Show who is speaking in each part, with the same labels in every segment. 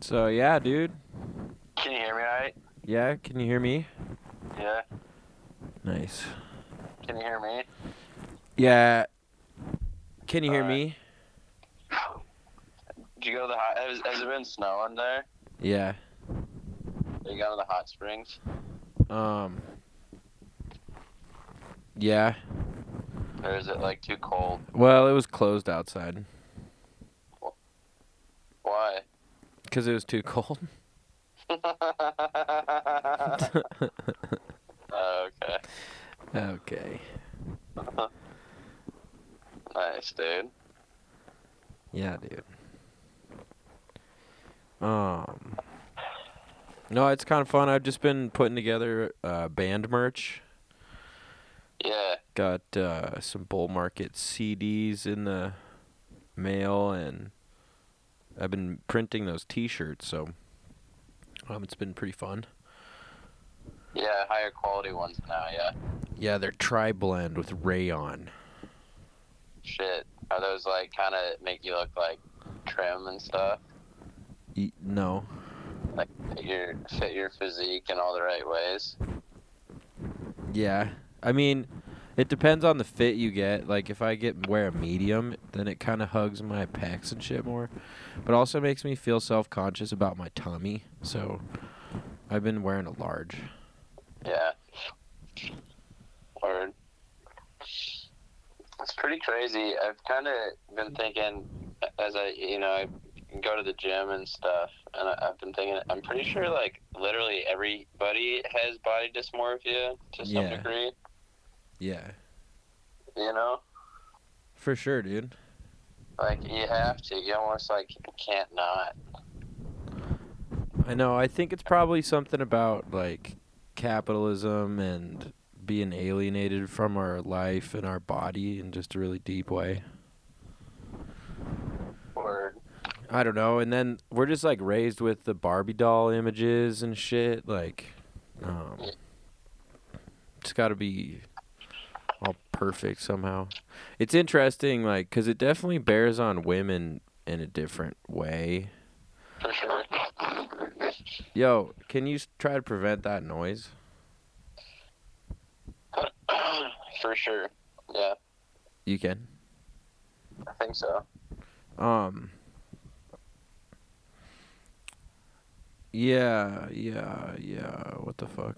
Speaker 1: So yeah, dude.
Speaker 2: Can you hear me alright?
Speaker 1: Yeah, can you hear me?
Speaker 2: Yeah.
Speaker 1: Nice.
Speaker 2: Can you hear me?
Speaker 1: Yeah. Can you hear
Speaker 2: Alright.
Speaker 1: me?
Speaker 2: Did you go to the hot? Has, has it been snowing there?
Speaker 1: Yeah.
Speaker 2: Have you gone to the hot springs?
Speaker 1: Um. Yeah.
Speaker 2: Or is it like too cold?
Speaker 1: Well, it was closed outside
Speaker 2: Why?
Speaker 1: because it was too cold.
Speaker 2: oh, okay.
Speaker 1: okay.
Speaker 2: Nice, dude.
Speaker 1: Yeah, dude. Um. No, it's kind of fun. I've just been putting together uh, band merch.
Speaker 2: Yeah.
Speaker 1: Got uh, some bull market CDs in the mail, and I've been printing those T-shirts. So, um, it's been pretty fun.
Speaker 2: Yeah, higher quality ones now, yeah.
Speaker 1: Yeah, they're tri blend with rayon.
Speaker 2: Shit. Are those like kind of make you look like trim and stuff?
Speaker 1: E- no,
Speaker 2: Like fit your fit your physique in all the right ways?
Speaker 1: Yeah. I mean, it depends on the fit you get. Like if I get wear a medium, then it kind of hugs my pecs and shit more, but also makes me feel self-conscious about my tummy. So I've been wearing a large.
Speaker 2: Yeah. Word. It's pretty crazy. I've kind of been thinking as I, you know, I go to the gym and stuff, and I, I've been thinking, I'm pretty sure like literally everybody has body dysmorphia to some
Speaker 1: Yeah.
Speaker 2: degree,
Speaker 1: Yeah.
Speaker 2: you know?
Speaker 1: For sure, dude.
Speaker 2: Like you have to, you almost like can't not.
Speaker 1: I know. I think it's probably something about like capitalism and being alienated from our life and our body in just a really deep way.
Speaker 2: Or
Speaker 1: I don't know. And then we're just like raised with the Barbie doll images and shit. Like, um, it's got to be all perfect somehow. It's interesting, like, because it definitely bears on women in a different way.
Speaker 2: for sure.
Speaker 1: Yo, can you s- try to prevent that noise?
Speaker 2: for sure. Yeah,
Speaker 1: You can.
Speaker 2: I think so.
Speaker 1: Um. Yeah, yeah, yeah. What the fuck?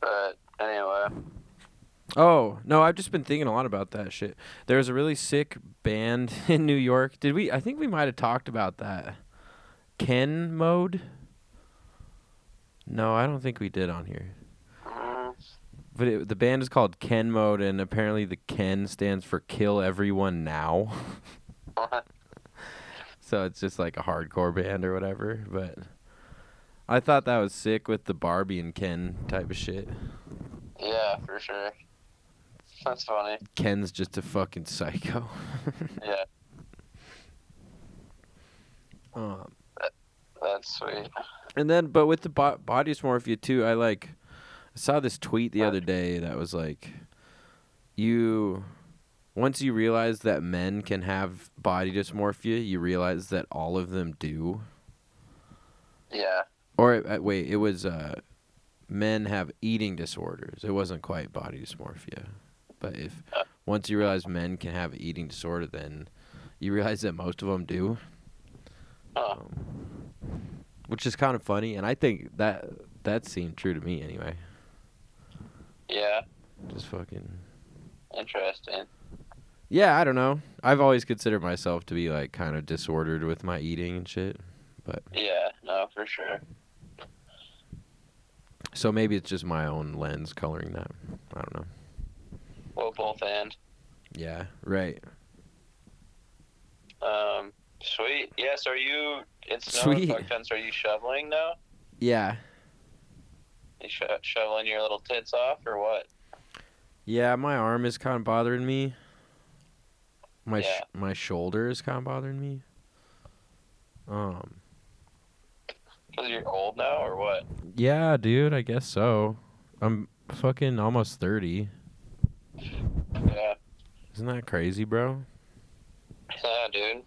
Speaker 2: But anyway,
Speaker 1: Oh no, I've just been thinking a lot about that shit. There was a really sick band in New York. Did we? I think we might have talked about that. Ken mode. No, I don't think we did on here.
Speaker 2: mm,
Speaker 1: But it, the band is called Ken Mode, and apparently the Ken stands for Kill Everyone Now.
Speaker 2: what?
Speaker 1: so it's just like a hardcore band or whatever. But I thought that was sick with the Barbie and Ken type of shit.
Speaker 2: yeah, for sure. That's funny.
Speaker 1: Ken's just a fucking psycho.
Speaker 2: Yeah,
Speaker 1: um,
Speaker 2: that's sweet.
Speaker 1: And then, but with the bo- body dysmorphia too, I like I saw this tweet the other day that was like, you once you realize that men can have body dysmorphia, you realize that all of them do.
Speaker 2: Yeah,
Speaker 1: Or uh, wait, it was uh, men have eating disorders. It wasn't quite body dysmorphia, but if once you realize men can have eating disorder, then you realize that most of them do. Um,
Speaker 2: huh.
Speaker 1: which is kind of funny and i think that that seemed true to me anyway
Speaker 2: yeah,
Speaker 1: just fucking
Speaker 2: interesting.
Speaker 1: yeah i don't know i've always considered myself to be like kind of disordered with my eating and shit
Speaker 2: Yeah, no, for sure.
Speaker 1: so maybe it's just my own lens coloring that i don't know
Speaker 2: Well, both and.
Speaker 1: yeah right
Speaker 2: Um, sweet. Yes, are you? It's
Speaker 1: Sweet.
Speaker 2: snowing. Fuck tons. Are you shoveling now?
Speaker 1: yeah
Speaker 2: You sho- shoveling your little tits off or what?
Speaker 1: yeah my arm is kind of bothering me my
Speaker 2: Yeah.
Speaker 1: sh- my shoulder is kind of bothering me um
Speaker 2: Cause you're old now or what?
Speaker 1: yeah dude i guess so i'm fucking almost 30
Speaker 2: Yeah.
Speaker 1: isn't that crazy bro
Speaker 2: Yeah, dude.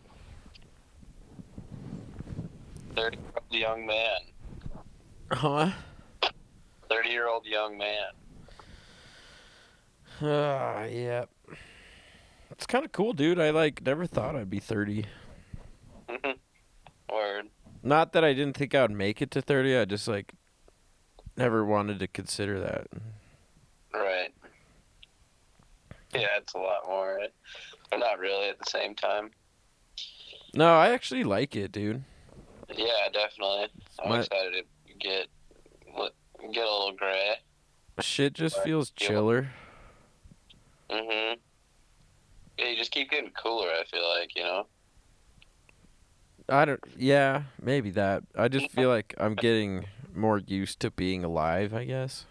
Speaker 2: thirty-year-old young man.
Speaker 1: Huh?
Speaker 2: Thirty-year-old young man.
Speaker 1: Uh, yeah. It's kind of cool, dude. I like never thought I'd be 30.
Speaker 2: Mhm. Word.
Speaker 1: Not that I didn't think I would make it to 30. I just like never wanted to consider that.
Speaker 2: Right. Yeah, it's a lot more. Right? But not really at the same time.
Speaker 1: No, I actually like it, dude.
Speaker 2: Yeah, definitely. I'm
Speaker 1: My-
Speaker 2: excited to get get a little gray.
Speaker 1: Shit just
Speaker 2: Right.
Speaker 1: feels
Speaker 2: Yeah.
Speaker 1: chiller.
Speaker 2: Mhm. Yeah, you just keep getting cooler. I feel like you know.
Speaker 1: I don't. Yeah, maybe that. I just feel like I'm getting more used to being alive. I guess.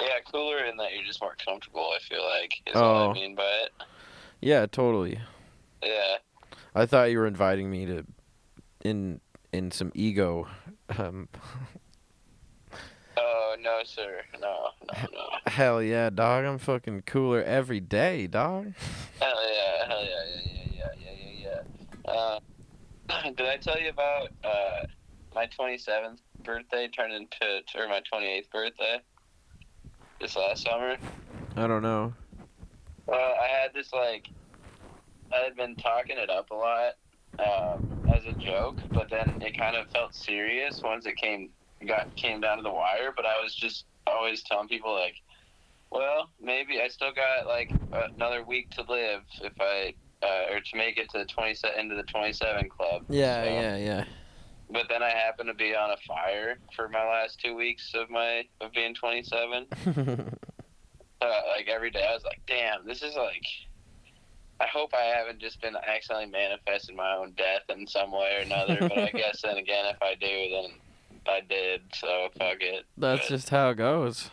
Speaker 2: Yeah, cooler in that you're just more comfortable. I feel like is what
Speaker 1: Oh.
Speaker 2: I mean by it.
Speaker 1: Yeah, totally.
Speaker 2: Yeah.
Speaker 1: I thought you were inviting me to, in in some ego. Um,
Speaker 2: Oh no, sir. No, no, no.
Speaker 1: hell yeah, dog. I'm fucking cooler every day, dog.
Speaker 2: Hell yeah, hell yeah, yeah, yeah, yeah, yeah, yeah, yeah. Uh, did I tell you about uh, my 27th birthday turned into, or my 28th birthday this last summer?
Speaker 1: I don't know.
Speaker 2: Uh, I had this, like, I had been talking it up a lot um, as a joke, but then it kind of felt serious once it came got came down to the wire. But I was just always telling people, like, well, maybe I still got like another week to live if I uh, or to make it to the twenty seven into the twenty seven club.
Speaker 1: Yeah,
Speaker 2: So-
Speaker 1: yeah, yeah.
Speaker 2: But then I happened to be on a fire for my last two weeks of my of being twenty seven. Uh, like every day, I was like, damn, this is like. I hope I haven't just been accidentally manifesting my own death in some way or another. but I guess then again, if I do, then I did. So fuck it.
Speaker 1: That's
Speaker 2: But-
Speaker 1: just how it goes.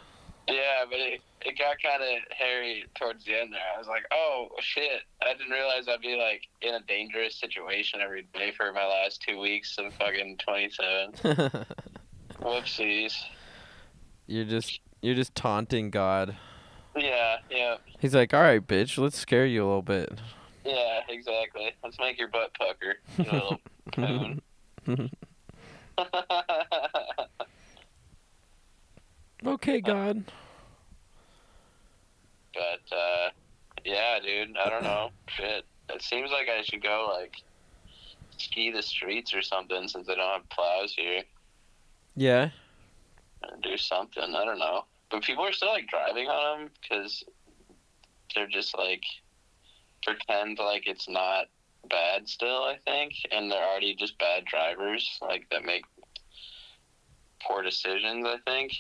Speaker 2: Yeah, but it, it got kind of hairy towards the end there. I was like, oh, shit. I didn't realize I'd be, like, in a dangerous situation every day for my last two weeks of fucking 27. Whoopsies.
Speaker 1: you're just you're just taunting God.
Speaker 2: Yeah, yeah,
Speaker 1: He's like, all right, bitch, let's scare you a little bit.
Speaker 2: yeah, exactly. Let's make your butt pucker, you little coon.
Speaker 1: okay, God.
Speaker 2: but, uh, yeah, dude, I don't know. Shit. It seems like I should go, like, ski the streets or something since I don't have plows here.
Speaker 1: Yeah.
Speaker 2: or do something. I don't know. But people are still like driving on them because they're just like pretend like it's not bad still. I think, and they're already just bad drivers like that make poor decisions. I think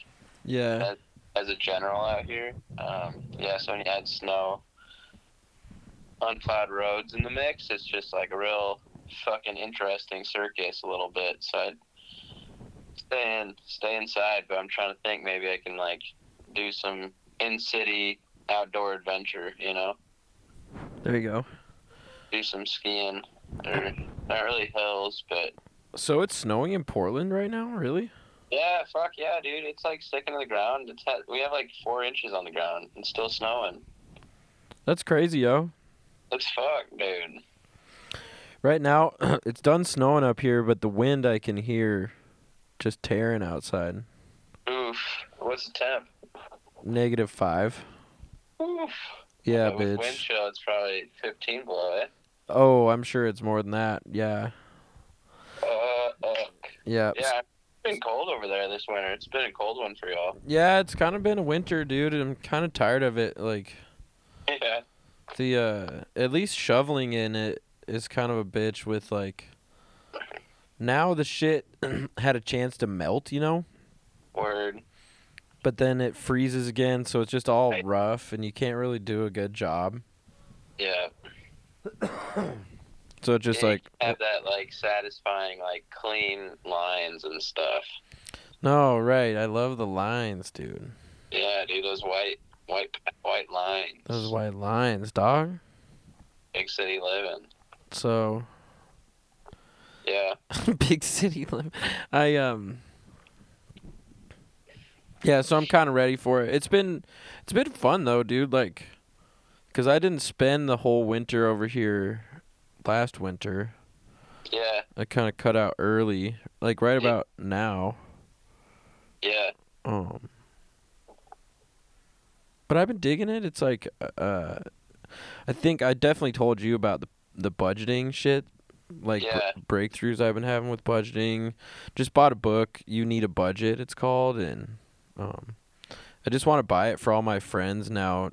Speaker 1: Yeah.
Speaker 2: as a general out here. Um, yeah, so when you add snow, unplowed roads in the mix, it's just like a real fucking interesting circus a little bit. So I'd stay in, stay inside, but I'm trying to think maybe I can like do some in city outdoor adventure. You know,
Speaker 1: There you go.
Speaker 2: do some skiing or not really hills, but
Speaker 1: So it's snowing in Portland right now, really?
Speaker 2: yeah, fuck yeah, dude, it's like sticking to the ground. It's ha- we have like four inches on the ground. It's still snowing.
Speaker 1: That's crazy, yo.
Speaker 2: It's fuck, dude.
Speaker 1: Right now, it's done snowing up here, but the wind I can hear just tearing outside.
Speaker 2: Oof. What's the temp?
Speaker 1: Negative five.
Speaker 2: Oof.
Speaker 1: Yeah, bitch.
Speaker 2: With Wind chill, it's probably 15 below, eh?
Speaker 1: Oh, I'm sure it's more than that. Yeah.
Speaker 2: Uh, uh,
Speaker 1: Yeah.
Speaker 2: yeah, it's been cold over there this winter. It's been a cold one for y'all.
Speaker 1: Yeah, it's kind of been a winter, dude, and I'm kind of tired of it. Like,
Speaker 2: Yeah.
Speaker 1: the uh at least shoveling in it is kind of a bitch with like now the shit had a chance to melt you know
Speaker 2: Word.
Speaker 1: but then it freezes again so it's just all
Speaker 2: Right.
Speaker 1: rough and you can't really do a good job
Speaker 2: Yeah.
Speaker 1: so it's just
Speaker 2: Yeah,
Speaker 1: like
Speaker 2: you have that, like, satisfying, like, clean lines and stuff.
Speaker 1: no right i love the lines dude
Speaker 2: Yeah, dude, those white, white, white lines.
Speaker 1: those white lines dog
Speaker 2: Big city living.
Speaker 1: so
Speaker 2: Yeah.
Speaker 1: big city lim- I um Yeah, so I'm kind of ready for it. It's been it's been fun though, dude, like cuz I didn't spend the whole winter over here last winter.
Speaker 2: Yeah,
Speaker 1: I kind of cut out early, like right about now.
Speaker 2: yeah.
Speaker 1: Um, but I've been digging it. It's like, uh, I think I definitely told you about the the budgeting shit, like br-
Speaker 2: Yeah.
Speaker 1: breakthroughs I've been having with budgeting. Just bought a book. You need a budget. It's called, and um, I just want to buy it for all my friends now,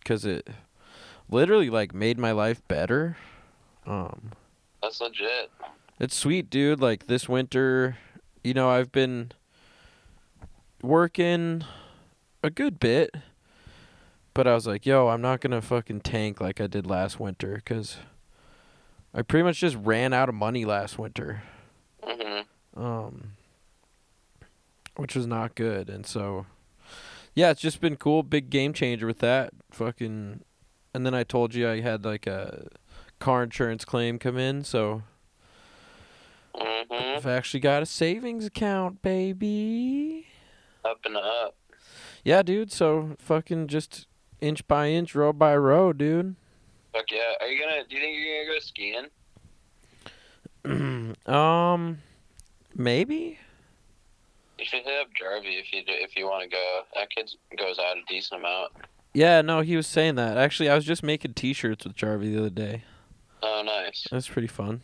Speaker 1: because it literally like made my life better. Um,
Speaker 2: That's legit.
Speaker 1: it's sweet, dude. Like this winter, you know, I've been working a good bit, but I was like, yo, I'm not going to fucking tank like I did last winter because I pretty much just ran out of money last winter,
Speaker 2: hmm
Speaker 1: um, which was not good. And so, yeah, it's just been cool. Big game changer with that. Fucking. And then I told you I had like a car insurance claim come in, so.
Speaker 2: hmm Mm-hmm.
Speaker 1: I've actually got a savings account, baby.
Speaker 2: Up and up.
Speaker 1: Yeah, dude. So fucking just inch by inch, row by row, dude.
Speaker 2: Fuck yeah. Are you gonna? Do you think you're gonna go skiing?
Speaker 1: um, maybe.
Speaker 2: You should hit up Jarvie if you do, if you want to go. That kid goes out a decent amount.
Speaker 1: Yeah, no, he was saying that. Actually, I was just making T-shirts with Jarvie the other day.
Speaker 2: Oh, nice.
Speaker 1: That's pretty fun.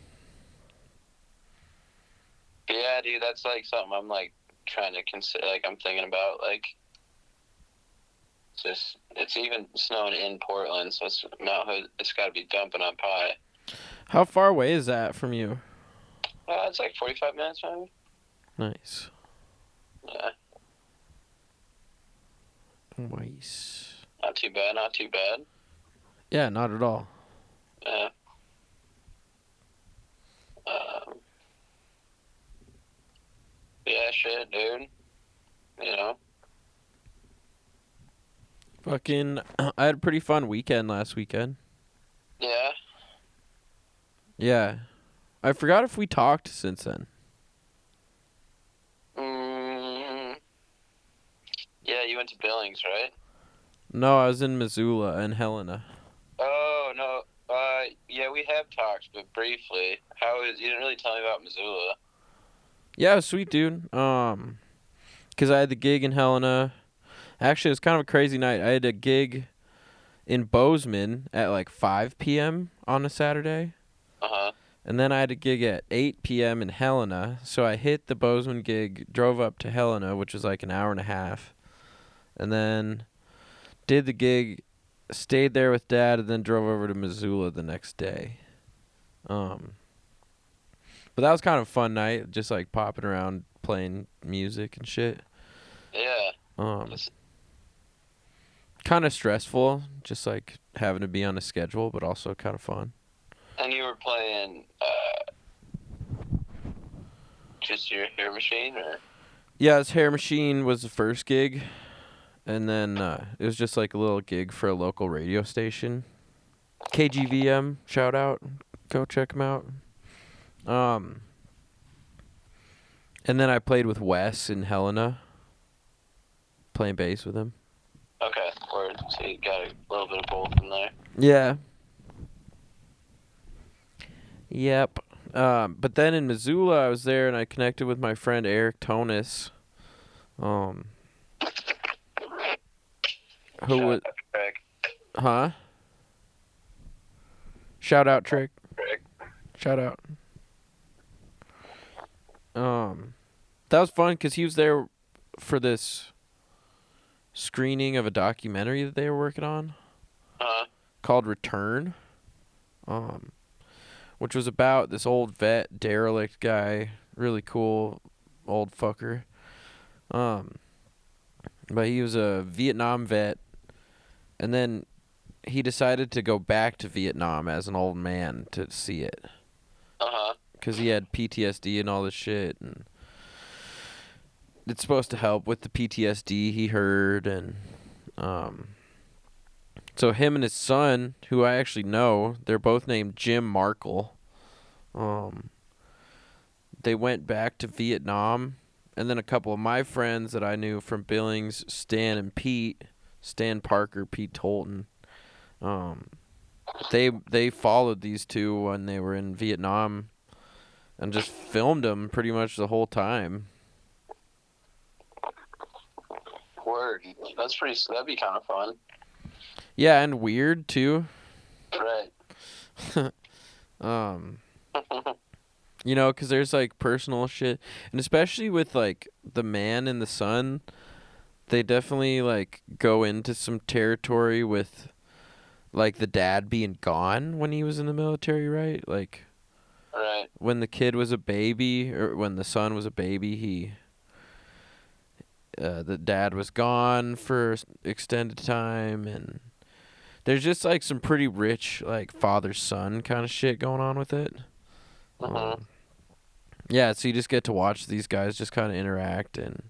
Speaker 2: But yeah, dude, that's like something I'm like trying to consider. Like I'm thinking about like it's just it's even snowing in Portland, so it's Mount Hood. It's got to be dumping up high.
Speaker 1: How far away is that from you?
Speaker 2: Uh, it's like 45 minutes, maybe.
Speaker 1: Nice.
Speaker 2: Yeah,
Speaker 1: Nice.
Speaker 2: not too bad. Not too bad.
Speaker 1: Yeah, not at all.
Speaker 2: Yeah. Um, yeah, shit, dude. You know,
Speaker 1: Fucking, I had a pretty fun weekend last weekend.
Speaker 2: yeah.
Speaker 1: Yeah, I forgot if we talked since then.
Speaker 2: Mm, yeah, you went to Billings, right?
Speaker 1: No, I was in Missoula and Helena.
Speaker 2: Oh no. Uh, yeah, we have talked, but briefly. How is you didn't really tell me about Missoula?
Speaker 1: Yeah, it was sweet, dude. Um, cause I had the gig in Helena. Actually, it was kind of a crazy night. I had a gig in Bozeman at like 5 p.m. on a Saturday,
Speaker 2: Uh huh.
Speaker 1: and then I had a gig at 8 p.m. in Helena. So I hit the Bozeman gig, drove up to Helena, which was like an hour and a half, and then did the gig, stayed there with dad, and then drove over to Missoula the next day. Um, but that was kind of a fun night, just like popping around, playing music and shit.
Speaker 2: Yeah.
Speaker 1: Um,
Speaker 2: That's-
Speaker 1: kind of stressful, just like having to be on a schedule, but also kind of fun.
Speaker 2: And you were playing uh, just your hair machine, or
Speaker 1: Yeah, his hair machine was the first gig, and then uh, it was just like a little gig for a local radio station, KGVM. Shout out, go check him out. Um, and then I played with Wes in Helena, playing bass with him.
Speaker 2: okay, or so you got a little bit of both in there.
Speaker 1: Yeah. Yep. Um, but then in Missoula, I was there and I connected with my friend Eric Tonis, um, who
Speaker 2: Shout
Speaker 1: was
Speaker 2: out Craig.
Speaker 1: huh? Shout out, Trick.
Speaker 2: Craig.
Speaker 1: Shout out. Um, that was fun because he was there for this screening of a documentary that they were working on
Speaker 2: Uh,
Speaker 1: called Return, um, which was about this old vet derelict guy, really cool old fucker. Um, but he was a Vietnam vet, and then he decided to go back to Vietnam as an old man to see it
Speaker 2: uh huh.
Speaker 1: because he had PTSD and all this shit, and it's supposed to help with the PTSD he heard, and um, so him and his son, who I actually know, they're both named Jim Markle. Um, they went back to Vietnam, and then a couple of my friends that I knew from Billings, Stan and Pete, Stan Parker, Pete Tolton, um, they they followed these two when they were in Vietnam and just filmed him pretty much the whole time.
Speaker 2: Word. That's pretty. That'd be kind of fun.
Speaker 1: Yeah, and weird too.
Speaker 2: Right.
Speaker 1: Um, you know, because there's like personal shit, and especially with like the man and the son, they definitely like go into some territory with like the dad being gone when he was in the military, right? Like
Speaker 2: Right.
Speaker 1: when the kid was a baby or when the son was a baby, he uh, the dad was gone for s- extended time and there's just like some pretty rich like father son kind of shit going on with it.
Speaker 2: hmm
Speaker 1: Um, yeah, so you just get to watch these guys just kind of interact and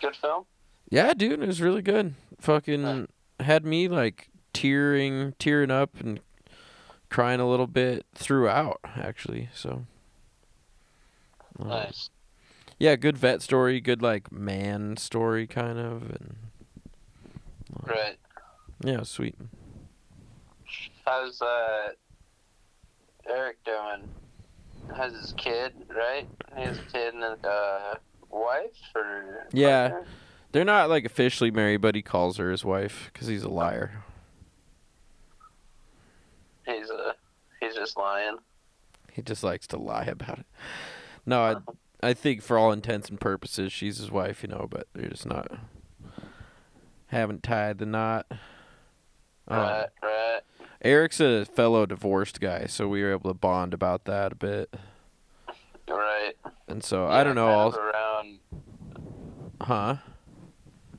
Speaker 2: Good film.
Speaker 1: yeah, dude, it was really good. Fucking
Speaker 2: Huh.
Speaker 1: had me like tearing, tearing up and crying a little bit throughout actually. So um,
Speaker 2: Nice.
Speaker 1: yeah, good vet story, good like man story kind of, and
Speaker 2: Right.
Speaker 1: yeah, it was sweet.
Speaker 2: How's uh Eric doing? How's his kid? Right. He has a kid and a uh, wife or.
Speaker 1: Yeah.
Speaker 2: partner?
Speaker 1: They're not like officially married, but he calls her his wife because he's a liar.
Speaker 2: He's uh he's just lying.
Speaker 1: He just likes to lie about it. No, I, I think for all intents and purposes, she's his wife, you know, but they're just not haven't tied the knot. Um,
Speaker 2: Right. Right.
Speaker 1: Eric's a fellow divorced guy, so we were able to bond about that a bit.
Speaker 2: Right.
Speaker 1: And so
Speaker 2: Yeah,
Speaker 1: I don't know, all,
Speaker 2: kind of Around.
Speaker 1: huh?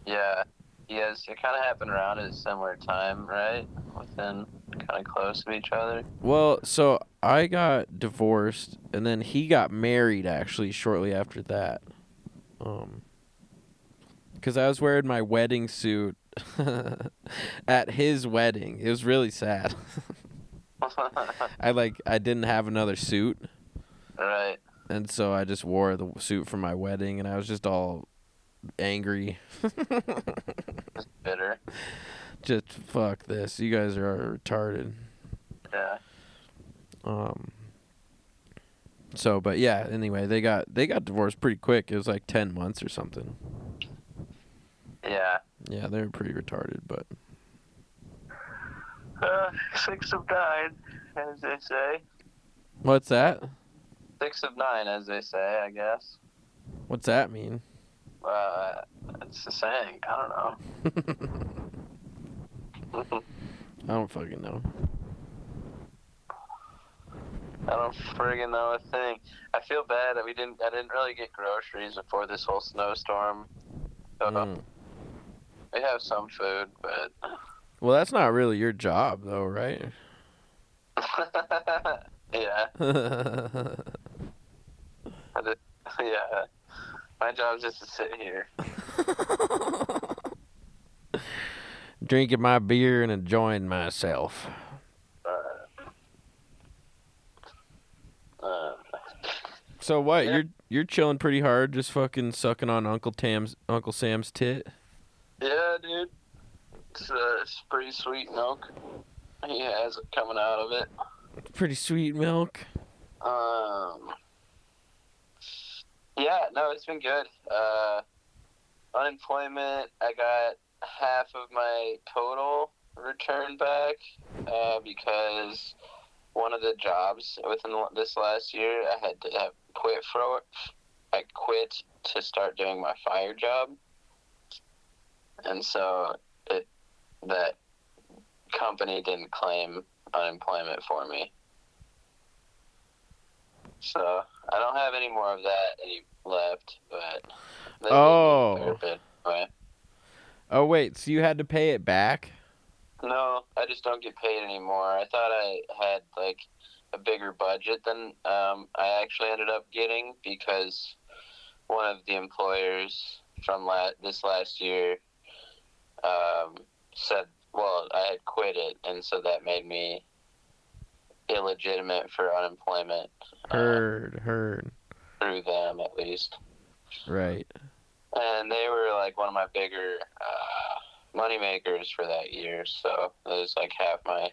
Speaker 2: Yeah. Yes, it kind of happened around at a similar time, right? Within kind of close to each other.
Speaker 1: Well, so I got divorced, and then he got married actually shortly after that. Um, because I was wearing my wedding suit at his wedding. It was really sad. I like I didn't have another suit,
Speaker 2: right.
Speaker 1: and so I just wore the suit for my wedding, and I was just all angry.
Speaker 2: Bitter.
Speaker 1: just fuck this. You guys are retarded.
Speaker 2: Yeah.
Speaker 1: Um. So, but yeah. Anyway, they got they got divorced pretty quick. It was like ten months or something.
Speaker 2: Yeah.
Speaker 1: Yeah, they were pretty retarded, but
Speaker 2: Uh, six of nine, as they say.
Speaker 1: what's that?
Speaker 2: Six of nine, as they say, I guess.
Speaker 1: What's that mean?
Speaker 2: Uh, it's a saying. I
Speaker 1: I
Speaker 2: don't know.
Speaker 1: don't fucking know.
Speaker 2: I don't friggin' know a thing. I feel bad that we didn't. I didn't really get groceries before this whole snowstorm. So
Speaker 1: Mm.
Speaker 2: we have some food, but
Speaker 1: Well, that's not really your job, though, right?
Speaker 2: yeah,
Speaker 1: yeah,
Speaker 2: yeah. My job's just to sit here.
Speaker 1: Drinking my beer and enjoying myself.
Speaker 2: Uh, uh,
Speaker 1: So what?
Speaker 2: Yeah.
Speaker 1: You're you're chilling pretty hard, just fucking sucking on Uncle Tam's Uncle Sam's tit.
Speaker 2: yeah, dude. It's, uh, it's pretty sweet milk. He has it coming out of it.
Speaker 1: Pretty sweet milk.
Speaker 2: Um. Yeah, no, it's been good. Uh, unemployment, I got half of my total returned back uh, because one of the jobs within the- this last year, I had to have quit for. I quit to start doing my fire job, and so it that company didn't claim unemployment for me. So I don't have any more of that any left, but that
Speaker 1: Oh.
Speaker 2: didn't clear it, but anyway.
Speaker 1: Oh wait, so you had to pay it back?
Speaker 2: No, I just don't get paid anymore. I thought I had like a bigger budget than um, I actually ended up getting because one of the employers from la- this last year um, said, "Well, I had quit it," and so that made me illegitimate for unemployment uh,
Speaker 1: Heard, heard.
Speaker 2: through them at least
Speaker 1: Right.
Speaker 2: and they were like one of my bigger uh, money makers for that year. So it was like half my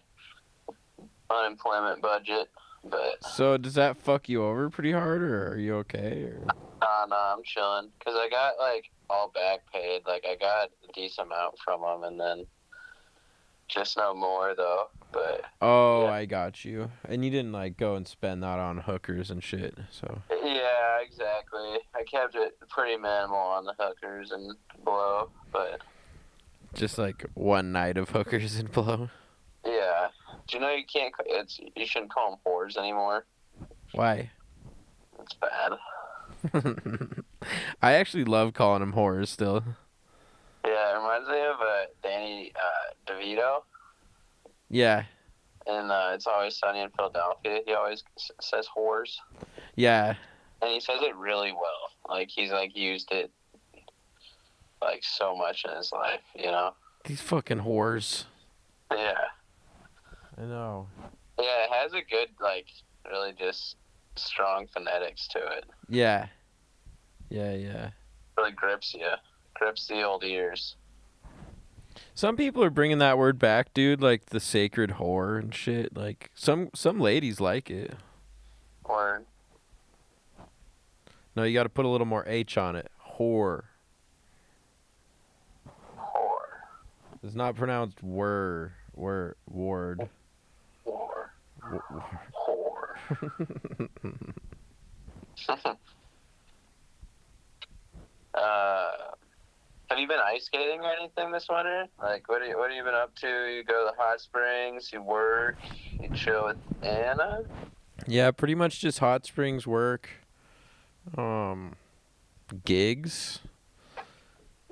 Speaker 2: unemployment budget. But
Speaker 1: So does that fuck you over pretty hard, or are you okay? Or...
Speaker 2: nah, nah, I'm chilling because I got like all back paid. Like I got a decent amount from them, and then just no more though. But
Speaker 1: Oh,
Speaker 2: Yeah.
Speaker 1: I got you. And you didn't like go and spend that on hookers and shit. So
Speaker 2: yeah, exactly. I kept it pretty minimal on the hookers and blow, but
Speaker 1: just like one night of hookers and blow.
Speaker 2: yeah. Do you know you can't? ca- It's you shouldn't call them whores anymore.
Speaker 1: Why?
Speaker 2: It's bad.
Speaker 1: I actually love calling them whores still.
Speaker 2: Yeah, it reminds me of uh, Danny uh, DeVito.
Speaker 1: Yeah,
Speaker 2: and uh, it's always sunny in Philadelphia. He always s- says whores,
Speaker 1: yeah.
Speaker 2: and he says it really well. Like he's like used it like so much in his life, you know.
Speaker 1: These fucking whores.
Speaker 2: Yeah,
Speaker 1: I know.
Speaker 2: yeah, it has a good like really just strong phonetics to it.
Speaker 1: Yeah. Yeah, yeah.
Speaker 2: Really grips you, grips the old ears.
Speaker 1: Some people are bringing that word back, dude. Like the sacred whore and shit. Like some some ladies like it.
Speaker 2: Or
Speaker 1: No, you got to put a little more H on it. Whore.
Speaker 2: whore,
Speaker 1: It's not pronounced word. Word. Ward.
Speaker 2: whore,
Speaker 1: W- w-
Speaker 2: whore. uh, have you been ice skating or anything this winter? Like, what are you, what have you been up to? You go to the hot springs, you work, you chill with Anna.
Speaker 1: Yeah, pretty much just hot springs work, um, gigs,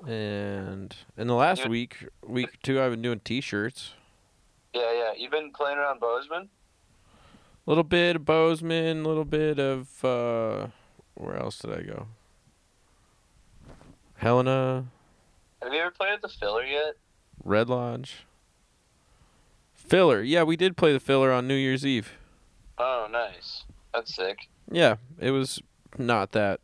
Speaker 1: and in the last
Speaker 2: You-
Speaker 1: week, week or two, I've been doing t-shirts.
Speaker 2: Yeah, yeah. You've been playing around Bozeman.
Speaker 1: A little bit of Bozeman, a little bit of uh, where else did I go? Helena,
Speaker 2: Have you ever played at the filler yet?
Speaker 1: Red Lodge, Filler. Yeah, we did play the Filler on New Year's Eve.
Speaker 2: Oh, nice. That's sick.
Speaker 1: Yeah, it was not that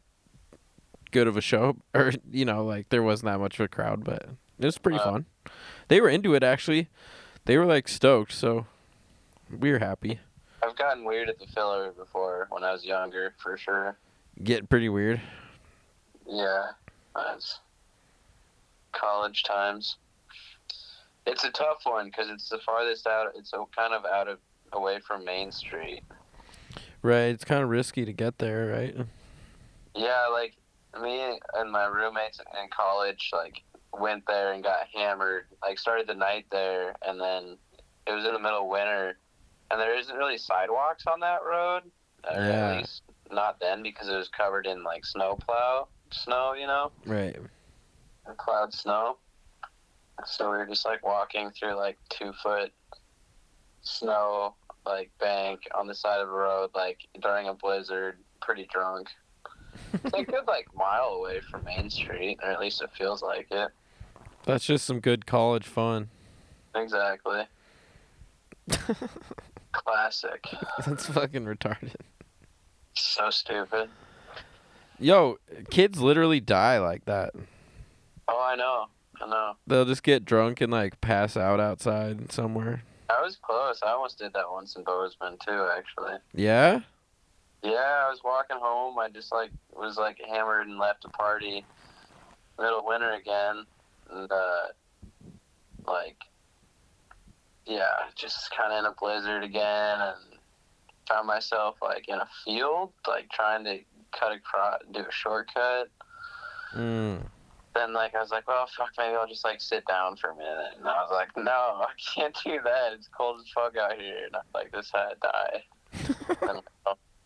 Speaker 1: good of a show, or you know, like there wasn't that much of a crowd, but it was pretty
Speaker 2: Wow.
Speaker 1: fun. They were into it actually. They were like stoked, so we were happy.
Speaker 2: I've gotten weird at the filler before when I was younger, for sure.
Speaker 1: Getting pretty weird.
Speaker 2: Yeah, that's college times. It's a tough one because it's the farthest out. It's a kind of out of away from Main Street.
Speaker 1: Right, it's kind of risky to get there, right?
Speaker 2: Yeah, like me and my roommates in college, like went there and got hammered. Like started the night there, and then it was in the middle of winter, and there isn't really sidewalks on that road. Or
Speaker 1: Yeah.
Speaker 2: At least not then because it was covered in like snowplow snow, you know.
Speaker 1: Right.
Speaker 2: the cloud snow. So we were just like walking through like two foot snow like bank on the side of a road like during a blizzard, pretty drunk. It's a good like mile away from Main Street, or at least it feels like it.
Speaker 1: That's just some good college fun.
Speaker 2: Exactly. Classic.
Speaker 1: That's fucking retarded.
Speaker 2: So stupid.
Speaker 1: Yo, kids literally die like that.
Speaker 2: Oh, I know. I know.
Speaker 1: They'll just get drunk and like pass out outside somewhere.
Speaker 2: I was close. I almost did that once in Bozeman too, actually.
Speaker 1: Yeah?
Speaker 2: Yeah, I was walking home. I just like was like hammered and left a party, middle of winter again, and uh, like yeah, just kind of in a blizzard again, and found myself like in a field, like trying to cut across, do a shortcut.
Speaker 1: Mm.
Speaker 2: Then like I was like, well, fuck, maybe I'll just like sit down for a minute. And I was like, no, I can't do that. It's cold as fuck out here. And I was like, this had to die. and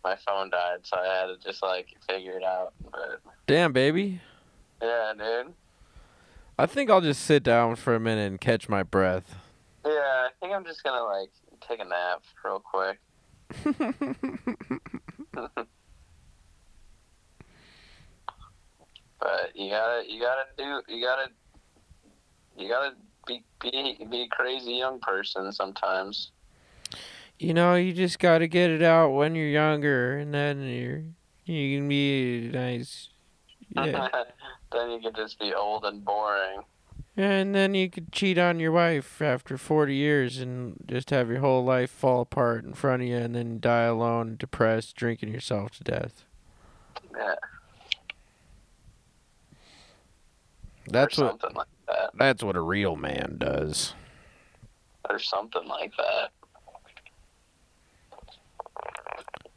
Speaker 2: my phone died, so I had to just like figure it out. But
Speaker 1: Damn, baby.
Speaker 2: yeah, dude.
Speaker 1: I think I'll just sit down for a minute and catch my breath.
Speaker 2: Yeah, I think I'm just gonna like take a nap real quick. But you gotta, you gotta do, you gotta, you gotta be be be a crazy young person sometimes.
Speaker 1: you know, you just got to get it out when you're younger, and then you're you can be nice. Yeah,
Speaker 2: then you can just be old and boring.
Speaker 1: And then you could cheat on your wife after 40 years and just have your whole life fall apart in front of you and then die alone, depressed, drinking yourself to death.
Speaker 2: Yeah,
Speaker 1: That's
Speaker 2: or
Speaker 1: what
Speaker 2: something like that,
Speaker 1: that's what a real man does.
Speaker 2: or something like that.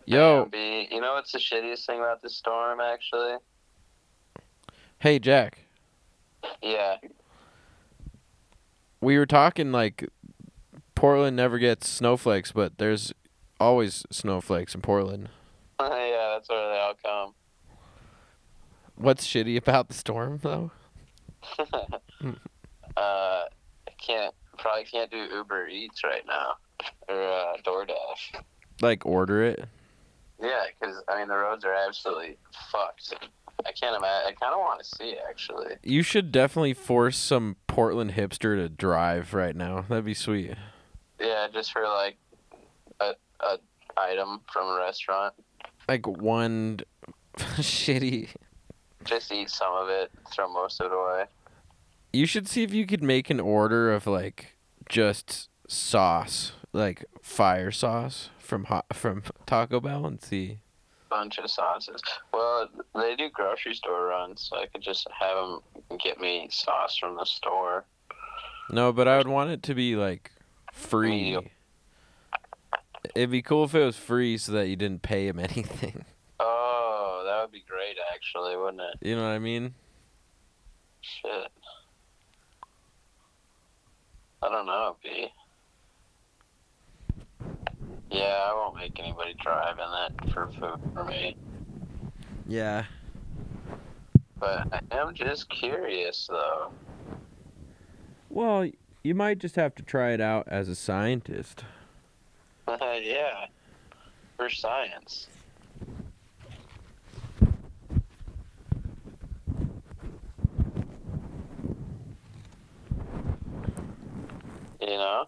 Speaker 1: Yo,
Speaker 2: Damn, B, you know what's the shittiest thing about this storm? Actually,
Speaker 1: hey Jack.
Speaker 2: yeah,
Speaker 1: We were talking like Portland never gets snowflakes, but there's always snowflakes in Portland.
Speaker 2: yeah, that's where they all come.
Speaker 1: What's shitty about the storm though?
Speaker 2: uh, I can't probably can't do Uber Eats right now or uh, DoorDash.
Speaker 1: Like order it.
Speaker 2: Yeah, because I mean the roads are absolutely fucked. I can't imagine. I kind of want to see actually.
Speaker 1: You should definitely force some Portland hipster to drive right now. That'd be sweet.
Speaker 2: Yeah, just for like a a item from a restaurant.
Speaker 1: Like one shitty.
Speaker 2: Just eat some of it, throw most of it away.
Speaker 1: You should see if you could make an order of like just sauce, like fire sauce from hot, from Taco Bell and see.
Speaker 2: Bunch of sauces. Well, they do grocery store runs, so I could just have them get me sauce from the store.
Speaker 1: No, but I would want it to be like free.
Speaker 2: Medium.
Speaker 1: It'd be cool if it was free so that you didn't pay him anything.
Speaker 2: Oh, that would be great actually, wouldn't it?
Speaker 1: You know what I mean?
Speaker 2: Shit. I don't know, B. Yeah, I won't make anybody drive in that for food for me.
Speaker 1: Yeah.
Speaker 2: But I am just curious, though.
Speaker 1: Well, you might just have to try it out as a scientist.
Speaker 2: yeah, for science. You know?